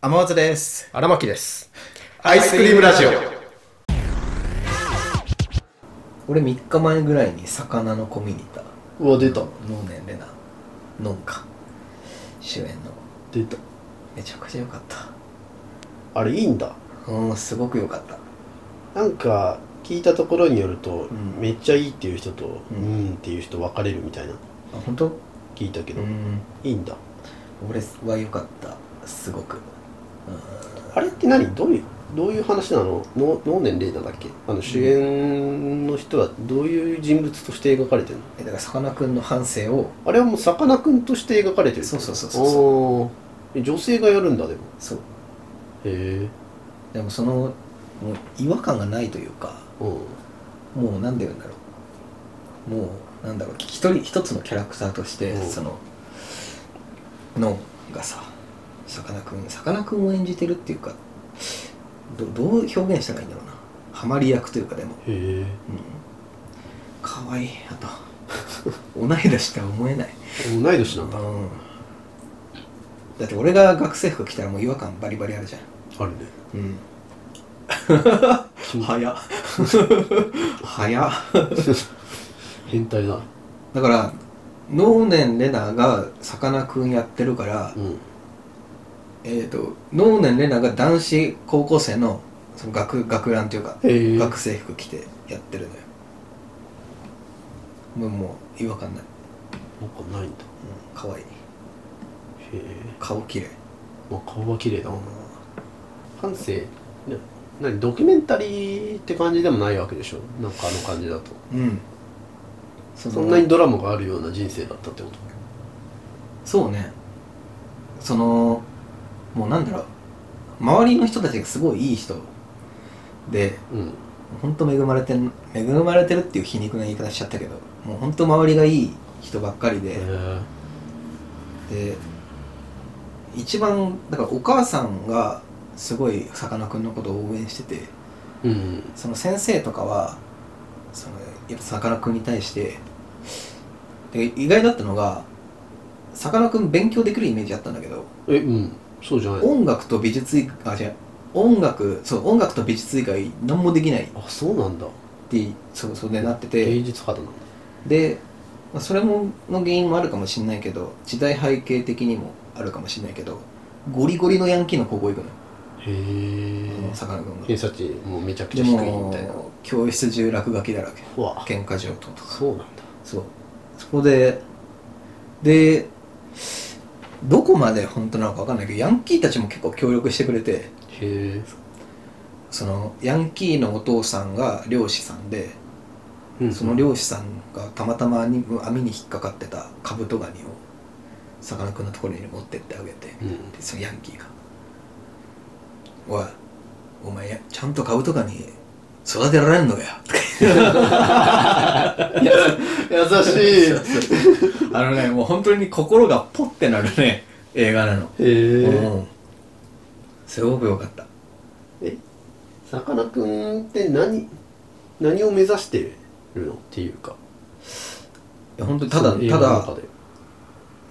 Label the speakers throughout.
Speaker 1: 天松です
Speaker 2: 荒牧です
Speaker 1: アイスクリームラジオ
Speaker 3: 俺3日前ぐらいに魚のコミュニタ
Speaker 2: うわ出た
Speaker 3: 能年レナノンか主演の
Speaker 2: 出た
Speaker 3: めちゃくちゃ良かった
Speaker 2: あれいいんだ
Speaker 3: うんすごく良かった
Speaker 2: なんか聞いたところによると、
Speaker 3: ん
Speaker 2: めっちゃいいっていう人とう
Speaker 3: うん
Speaker 2: んっていう人分かれるみたいな
Speaker 3: あ本当
Speaker 2: 聞いたけ
Speaker 3: う
Speaker 2: ど、
Speaker 3: ん
Speaker 2: いいんだ
Speaker 3: 俺は良かったすごく
Speaker 2: あれって何どういうどういう話なのの能年玲奈だっけあの主演の人はどういう人物として描かれてるの
Speaker 3: えだからさかなクンの反省を
Speaker 2: あれはもうさかなクンとして描かれてる
Speaker 3: そうそうそうそうそう
Speaker 2: そう女性がやるんだでも
Speaker 3: そう
Speaker 2: へえ
Speaker 3: でもそのもう違和感がないというか
Speaker 2: うん
Speaker 3: もう何て言うんだろうもうなんだろう一人一つのキャラクターとして
Speaker 2: うん
Speaker 3: そののがささかなクンさかなクンを演じてるっていうかどどう表現したらいいんだろうなハマり役というかでも、
Speaker 2: へ
Speaker 3: うん、かわいいあと同い年とは思えない、
Speaker 2: え同い年なんだ
Speaker 3: うん、だって俺が学生服着たらもう違和感バリバリあるじゃん
Speaker 2: ある ね
Speaker 3: うん
Speaker 2: 気 持ち
Speaker 3: 早っ早っ
Speaker 2: 変態だ
Speaker 3: だから能年レナがさかなクンやってるから、
Speaker 2: うん
Speaker 3: えー、と能年レナが男子高校生のその学学ランというか、
Speaker 2: へえ
Speaker 3: 学生服着てやってるのよもうもう違和感ない、
Speaker 2: なんかないんだ
Speaker 3: うん、かわいい
Speaker 2: へえ、
Speaker 3: 顔綺麗
Speaker 2: まあ、顔は綺麗だ
Speaker 3: うん
Speaker 2: 感性な何ドキュメンタリーって感じでもないわけでしょなんかあの感じだと
Speaker 3: うんその
Speaker 2: そんなにドラマがあるような人生だったってこと
Speaker 3: そうねそのもうなんだろう周りの人たちがすごいいい人で
Speaker 2: うん
Speaker 3: 本当恵まれてん恵まれてるっていう皮肉な言い方しちゃったけどもう本当周りがいい人ばっかりで
Speaker 2: へ、え
Speaker 3: で一番だからお母さんがすごいさかなクンのことを応援してて
Speaker 2: うん
Speaker 3: その先生とかはそのやっぱさかなクンに対してで意外だったのがさかなクン勉強できるイメージあったんだけど
Speaker 2: えうんそうじゃない
Speaker 3: 音楽と美術以あ違う音楽そう音楽と美術以外何もできないっ
Speaker 2: あそうなんだ
Speaker 3: てそうそうでなってて
Speaker 2: 芸術肌なんだ
Speaker 3: で、まあ、それもの原因もあるかもしれないけど時代背景的にもあるかもしれないけどゴリゴリのヤンキーの高校行くのよ
Speaker 2: へえ
Speaker 3: あのさかなクンが
Speaker 2: 偏差値もうめちゃく
Speaker 3: で
Speaker 2: ちゃ低いみたいな
Speaker 3: も教室中落書きだらけ
Speaker 2: うわ
Speaker 3: 喧嘩上等とか
Speaker 2: そうなんだ
Speaker 3: そうそこででどこまで本当なのか分かんないけどヤンキーたちも結構協力してくれて
Speaker 2: へえ
Speaker 3: そのヤンキーのお父さんが漁師さんで
Speaker 2: うん
Speaker 3: その漁師さんがたまたまに網に引っかかってたカブトガニをさかなクンのところに持ってってあげてで
Speaker 2: うん
Speaker 3: そのヤンキーが「おいお前やちゃんとカブトガニ育てられんのかよ」とか
Speaker 2: 優し
Speaker 3: 言ってあのねもう本当に心がポッてなるね映画なの、
Speaker 2: いへえ
Speaker 3: うんすごく良かった
Speaker 2: えさかなクンって何何を目指してるのっていうか
Speaker 3: いや本当にただ
Speaker 2: その映
Speaker 3: た
Speaker 2: 画の中
Speaker 3: だ
Speaker 2: で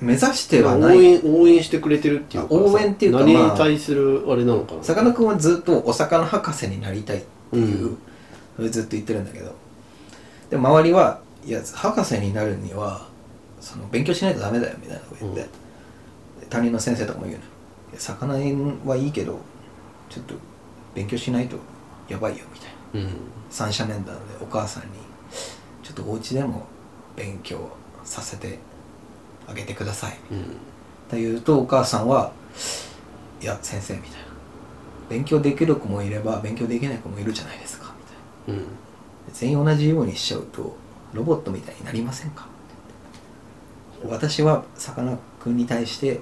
Speaker 3: 目指しては
Speaker 2: 応
Speaker 3: ない
Speaker 2: 援応援してくれてるっていう
Speaker 3: あ
Speaker 2: か
Speaker 3: 応援っていうか
Speaker 2: 何に
Speaker 3: まあ
Speaker 2: 対するあれなのかな、
Speaker 3: さかなクンはずっとお魚博士になりたいっていううんそれずっと言ってるんだけどで周りはいや博士になるにはその勉強しないとダメだよみたいなこと言って、担任の先生とかも言うのいや魚園はいいけどちょっと勉強しないとやばいよみたいな
Speaker 2: うん
Speaker 3: 三者面談でお母さんにちょっとお家でも勉強させてあげてください
Speaker 2: うん
Speaker 3: って言うとお母さんは「いや先生」みたいな「勉強できる子もいれば勉強できない子もいるじゃないですか」みたいな
Speaker 2: うん
Speaker 3: 「全員同じようにしちゃうとロボットみたいになりませんか?」私はさかなクンに対して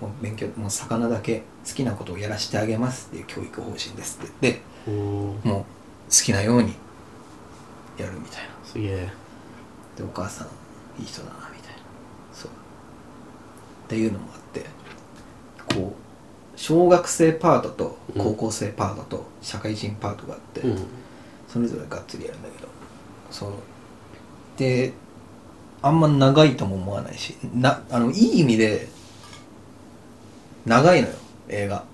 Speaker 3: もう勉強もう魚だけ好きなことをやらせてあげますっていう教育方針ですって言って
Speaker 2: おー
Speaker 3: もう好きなようにやるみたいな
Speaker 2: すげえ
Speaker 3: でお母さんいい人だなみたいなそうっていうのもあってこう小学生パートと
Speaker 2: うん
Speaker 3: 高校生パートと社会人パートがあって、
Speaker 2: うん
Speaker 3: それぞれがっつりやるんだけどそうであんま長いとも思わないしなあのいい意味で長いのよ映画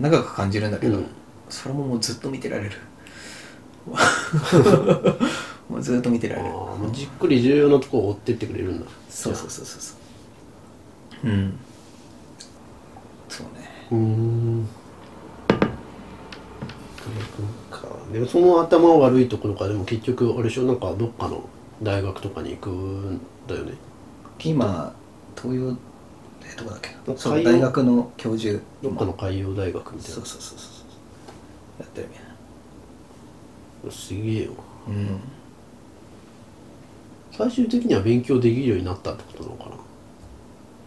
Speaker 3: 長く感じるんだけど、
Speaker 2: うん
Speaker 3: それももうずっと見てられる もうずっと見てら
Speaker 2: あ
Speaker 3: れる
Speaker 2: ーもうじっくり重要なとこを追ってってくれるんだ
Speaker 3: そうそうそうそうそううんそうね
Speaker 2: うーんなんかでもその頭悪いところからでも結局あれでしょなんかどっかの大学とかに行くんだよね
Speaker 3: 今東洋えどこだっけなそう
Speaker 2: 海洋
Speaker 3: 大学の教授
Speaker 2: どっかの海洋大学みたい
Speaker 3: そう
Speaker 2: な
Speaker 3: そうそうそうやってるみたいな
Speaker 2: すげえよ
Speaker 3: うん
Speaker 2: 最終的には勉強できるようになったってことなのかな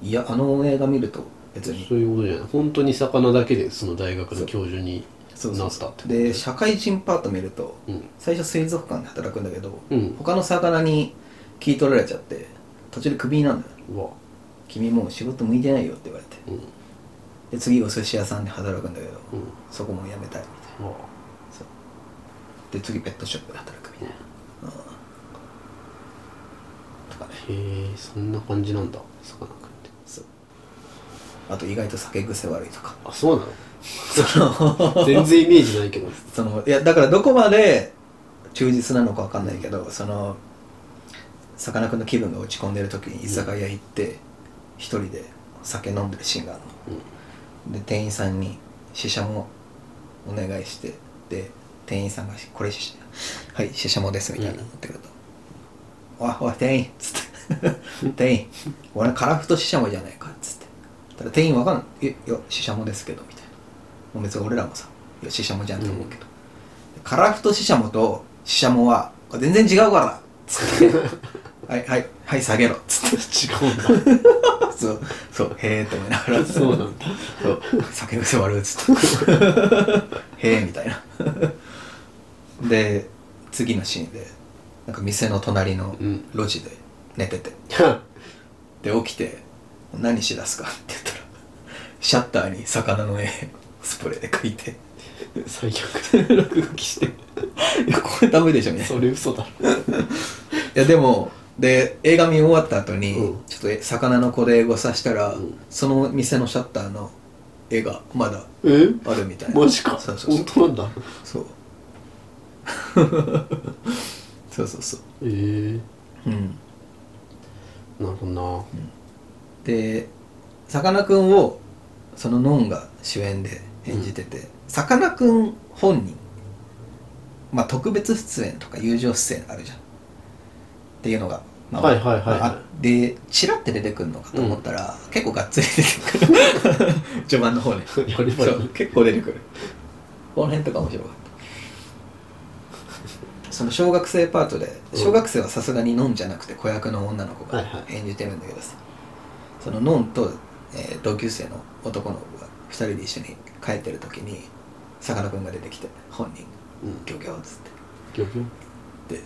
Speaker 2: い
Speaker 3: やあの映画見ると別に
Speaker 2: そういうことじゃない本当に魚だけでその大学の教授に
Speaker 3: そう
Speaker 2: な
Speaker 3: そう
Speaker 2: った
Speaker 3: そ
Speaker 2: って
Speaker 3: うで社会人パート見ると
Speaker 2: うん
Speaker 3: 最初水族館で働くんだけど、
Speaker 2: うん
Speaker 3: 他の魚に聞い取られちゃって途中でクビになるんだよ
Speaker 2: うわ
Speaker 3: 君もう仕事向いてないよって言われて
Speaker 2: うんう
Speaker 3: で次お寿司屋さんで働くんだけど、
Speaker 2: ん
Speaker 3: そこも辞めたいみたいう
Speaker 2: わ
Speaker 3: なそうで次ペットショップで働くみたいな、うんとかね
Speaker 2: へえそんな感じなんださかなクンって
Speaker 3: そうあと意外と酒癖悪いとか
Speaker 2: あそうな
Speaker 3: その
Speaker 2: の全然イメージないけど
Speaker 3: そのいやだからどこまで忠実なのかわかんないけど、そのさかなクンの気分が落ち込んでる時に居酒屋行って一、人で酒飲んでるシーンがあるの、で店員さんにシシャモお願いしてで店員さんが「これシシはいシシャモです」みたいなの持ってくると「おいおい店員」っつって「 店員俺カラフトシシャモじゃないか」っつってただ店員わかんない「いやシシャモですけど」みたいなもう別に俺らもさ「いやシシャモじゃん」と思うけど、カラフトシシャモとシシャモはこれ全然違うからつ って「はいはいはい下げろ」つって
Speaker 2: 違うんだ
Speaker 3: そうそうへえって思いながら
Speaker 2: そうなんだ
Speaker 3: そう酒癖悪いっつ ってへえみたいなで次のシーンでなんか店の隣の
Speaker 2: うん
Speaker 3: 路地で寝てて、で起きて「何しだすか?」 って言ったらシャッターに魚の絵スプレーで描いて
Speaker 2: 最悪
Speaker 3: 落書きして「いやこれダメでしょ」みたいな
Speaker 2: それ嘘だ
Speaker 3: いやでもで映画見終わった後に、
Speaker 2: うん
Speaker 3: ちょっとえ魚の子で英語さしたら、
Speaker 2: うん
Speaker 3: その店のシャッターの絵がまだ
Speaker 2: え
Speaker 3: あるみたいな
Speaker 2: マジか
Speaker 3: そうそうそう
Speaker 2: 本当なんだ
Speaker 3: そう そうそうそう
Speaker 2: ええー、
Speaker 3: うん
Speaker 2: なるほどな
Speaker 3: でさかなクンをそのノンが主演で演じててさかなクン本人まあ特別出演とか友情出演あるじゃんっていうのが、まあ
Speaker 2: はいはいはいはい
Speaker 3: まあでチラって出てくるのかと思ったら、結構がっつり出てく る序盤の方ね
Speaker 2: やりま
Speaker 3: そう結構出てくるこの辺とか面白かったその小学生パートで
Speaker 2: うん
Speaker 3: 小学生はさすがにノンじゃなくて子役の女の子
Speaker 2: は
Speaker 3: が
Speaker 2: いはい
Speaker 3: 演じてるんだけどさ、そのノンと、えー同級生の男の子が2人で一緒に帰ってる時にさかなクンが出てきて本人
Speaker 2: う
Speaker 3: 「
Speaker 2: ん
Speaker 3: ギョギョ」っつって
Speaker 2: ギョギョ
Speaker 3: で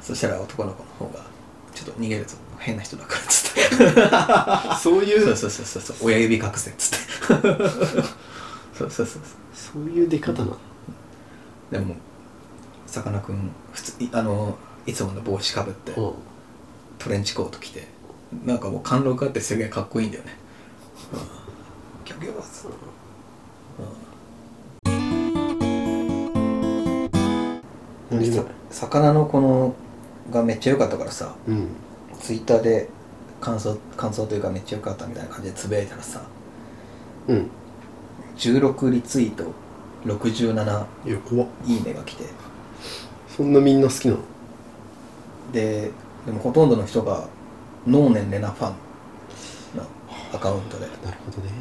Speaker 3: そしたら男の子の方が「ちょっと逃げるぞ変な人だから」っつって
Speaker 2: そうい
Speaker 3: そううそうそうそうそう親指隠せっつってそうそうそうそう
Speaker 2: そういう出方なの
Speaker 3: でもさかなクン普通いあのいつもの帽子かぶって
Speaker 2: うん
Speaker 3: トレンチコート着てなんかもう貫禄あってすげえかっこいいんだよね、うん、ギョギョッツうん
Speaker 2: 何それ
Speaker 3: 魚のこのがめっちゃ良かったからさ
Speaker 2: うん
Speaker 3: ツイッターで感想感想というかめっちゃ良かったみたいな感じでつぶやいたらさ
Speaker 2: うん
Speaker 3: 16リツイート67
Speaker 2: いや怖っ
Speaker 3: いいねが来て
Speaker 2: そんなみんな好きなの
Speaker 3: ででもほとんどの人が能年レナファンのアカウントで、
Speaker 2: なるほどね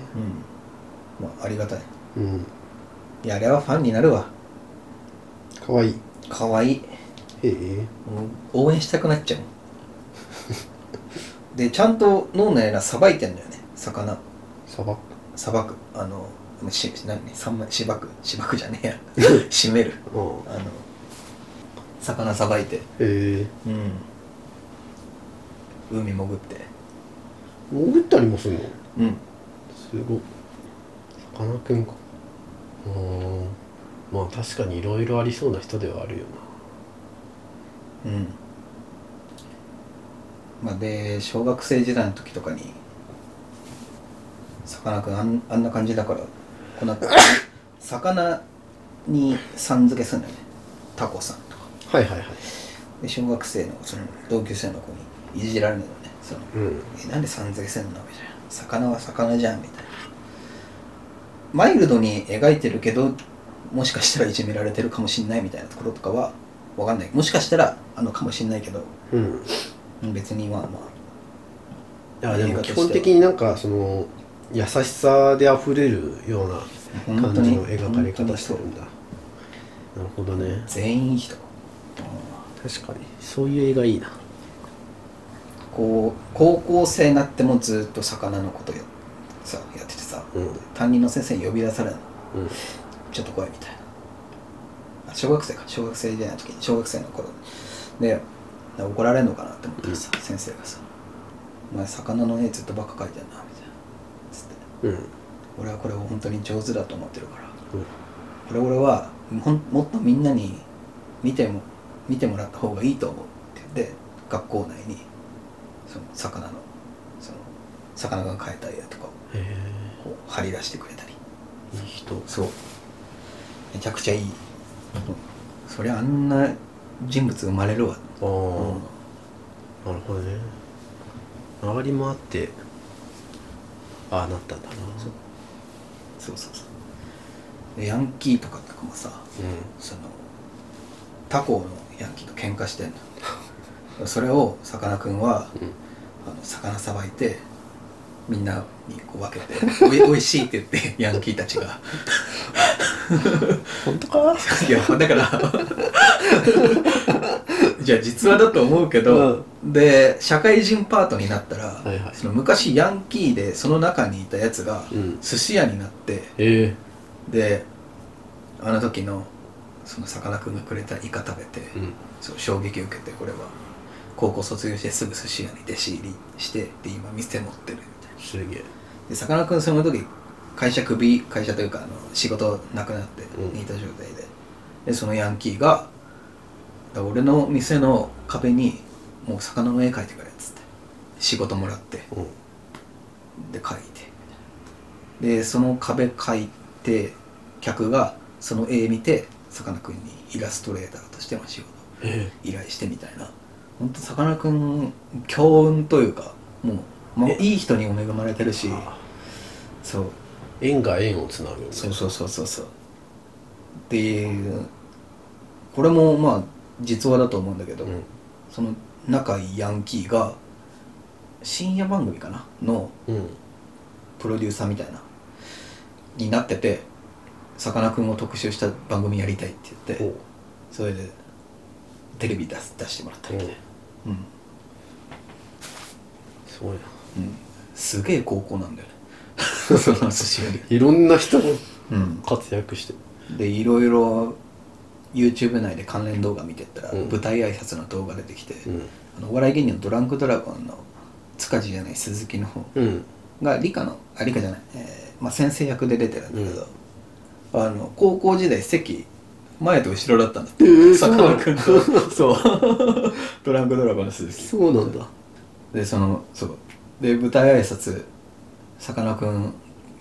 Speaker 3: うんまあ、ありがたい
Speaker 2: うん
Speaker 3: いやあれはファンになるわ
Speaker 2: かわいい
Speaker 3: かわいい
Speaker 2: へえ
Speaker 3: もう応援したくなっちゃうもんでちゃんと能年レナさばいてんだよね魚
Speaker 2: サバ
Speaker 3: さばくあのし何さんましばくしばくじゃね えやしめる
Speaker 2: うん
Speaker 3: あの魚さばいて
Speaker 2: へえ
Speaker 3: うん海潜って
Speaker 2: 潜ったりもするの
Speaker 3: うん
Speaker 2: すごいさかなクンかうーんまあ確かにいろいろありそうな人ではあるよ
Speaker 3: うんまあ、で小学生時代の時とかにさかなクンあんあんな感じだからこの魚にさん付けするんだよねタコさんとか
Speaker 2: はいはいはい
Speaker 3: で小学生のその同級生の子にいじられるのねその、
Speaker 2: うん
Speaker 3: えなんでさん付けするのみたいな魚は魚じゃんみたいなマイルドに描いてるけどもしかしたらいじめられてるかもしんないみたいなところとかはわかんないもしかしたらあのかもしんないけど
Speaker 2: うん
Speaker 3: うん別にまあま
Speaker 2: いやでも基本的になんかその優しさで溢れるような
Speaker 3: あ
Speaker 2: 感
Speaker 3: 本当
Speaker 2: じ
Speaker 3: に
Speaker 2: の描かれ
Speaker 3: 本当
Speaker 2: 方
Speaker 3: に
Speaker 2: して
Speaker 3: そう
Speaker 2: るんだなるほどね
Speaker 3: 全員いい人
Speaker 2: 確かにそういう映画いいな
Speaker 3: こう高校生になってもずっと魚のことやさやっててさ、
Speaker 2: うん
Speaker 3: 担任の先生に呼び出されるの
Speaker 2: うん
Speaker 3: ちょっと怖いみたいなあ小学生か小学生じゃない時に小学生の頃で怒られるのかなって思ったらさ、先生がさ「お前魚の絵ずっとばっか描いてんな」みたいなつって「
Speaker 2: うん
Speaker 3: 俺はこれを本当に上手だと思ってるから
Speaker 2: うん
Speaker 3: これ俺はほんもっとみんなに見ても見てもらった方がいいと思う」って言って学校内にその魚のその魚が描いた絵とかを
Speaker 2: へえ
Speaker 3: こう貼り出してくれたり
Speaker 2: いい人
Speaker 3: そうめちゃくちゃいい、そりゃあんな人物生まれるわ、
Speaker 2: ああ、
Speaker 3: うん
Speaker 2: なるほどね周りもあってああなったんだな
Speaker 3: そうそうそうそうでヤンキーとかとかもさその他校のヤンキーと喧嘩 してんのそれをさかなクンは
Speaker 2: うん、うん、
Speaker 3: あの魚さばいてみんなにこう分けて「 おいおいしい」って言って ヤンキーたちが
Speaker 2: 本当か
Speaker 3: いやだから じゃあ実話だと思うけど、で社会人パートになったら、
Speaker 2: はいはい
Speaker 3: その昔ヤンキーでその中にいたやつが
Speaker 2: うん
Speaker 3: 寿司屋になって
Speaker 2: ええ
Speaker 3: であの時のそのさかなクンがくれたイカ食べて、
Speaker 2: うん
Speaker 3: そう衝撃を受けて俺は高校卒業してすぐ寿司屋に弟子入りしてで今店持ってるみたいな
Speaker 2: すげえ
Speaker 3: でさかなクンその時会社クビ会社というかあの仕事なくなって
Speaker 2: うん
Speaker 3: 似た状態で,、でそのヤンキーがだ俺の店の壁にもう魚の絵描いてくれっつって仕事もらって
Speaker 2: うん
Speaker 3: で描いてでその壁描いて客がその絵見てさかなクンにイラストレーターとしての仕事を
Speaker 2: え
Speaker 3: 依頼してみたいな本当さかなクン強運というかもう、まあ、
Speaker 2: え
Speaker 3: いい人にも恵まれてるしそう
Speaker 2: え縁が縁をつなぐ
Speaker 3: そうそうそうそうそうっていうこれもまあ実話だと思うんだけど、
Speaker 2: うん
Speaker 3: その仲いいヤンキーが深夜番組かなの
Speaker 2: うん
Speaker 3: プロデューサーみたいなになっててさかなクンを特集した番組やりたいって言っ
Speaker 2: お
Speaker 3: てそれでテレビ出す出してもらったみたいな、うん
Speaker 2: すごいな
Speaker 3: うんすげえ高校なんだ よねその寿司より、
Speaker 2: いろんな人が
Speaker 3: うん、
Speaker 2: 活躍して
Speaker 3: でいろいろ YouTube 内で関連動画見てったら、
Speaker 2: うん
Speaker 3: 舞台挨拶の動画出てきて、
Speaker 2: うん
Speaker 3: あのお笑い芸人のドランクドラゴンの塚地じゃない鈴木の方
Speaker 2: うん
Speaker 3: が理科のあ理科じゃない、えーまあ、先生役で出てるんだけど、あの高校時代席前と後ろだったんだって、
Speaker 2: ええ
Speaker 3: さかなクンと そう ドランクドラゴンの鈴木
Speaker 2: そうなんだ
Speaker 3: でそのそうで舞台挨拶さかなクン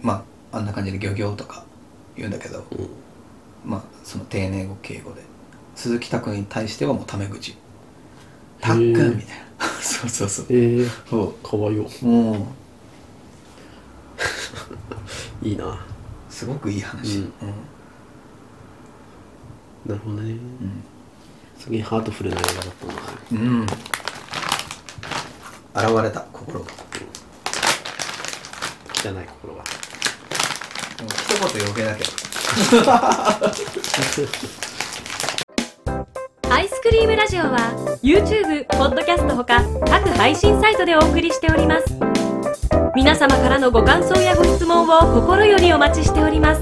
Speaker 3: まああんな感じで「漁業」とか言うんだけど、
Speaker 2: うん
Speaker 3: まあその丁寧語敬語で鈴木拓に対してはもうタメ口「
Speaker 2: へ
Speaker 3: たっくん」
Speaker 2: ー
Speaker 3: みたいな そうそうそう
Speaker 2: ええ
Speaker 3: そ
Speaker 2: かわよ
Speaker 3: うもう
Speaker 2: いいな
Speaker 3: すごくいい話、
Speaker 2: う
Speaker 3: うんん
Speaker 2: なるほどねすげえハートフルな映画だったな
Speaker 3: うん、現れた心が
Speaker 2: 汚い心が
Speaker 3: もう一言余計だけど
Speaker 4: アイスクリームラジオは YouTube、ポッドキャストほか各配信サイトでお送りしております皆様からのご感想やご質問を心よりお待ちしております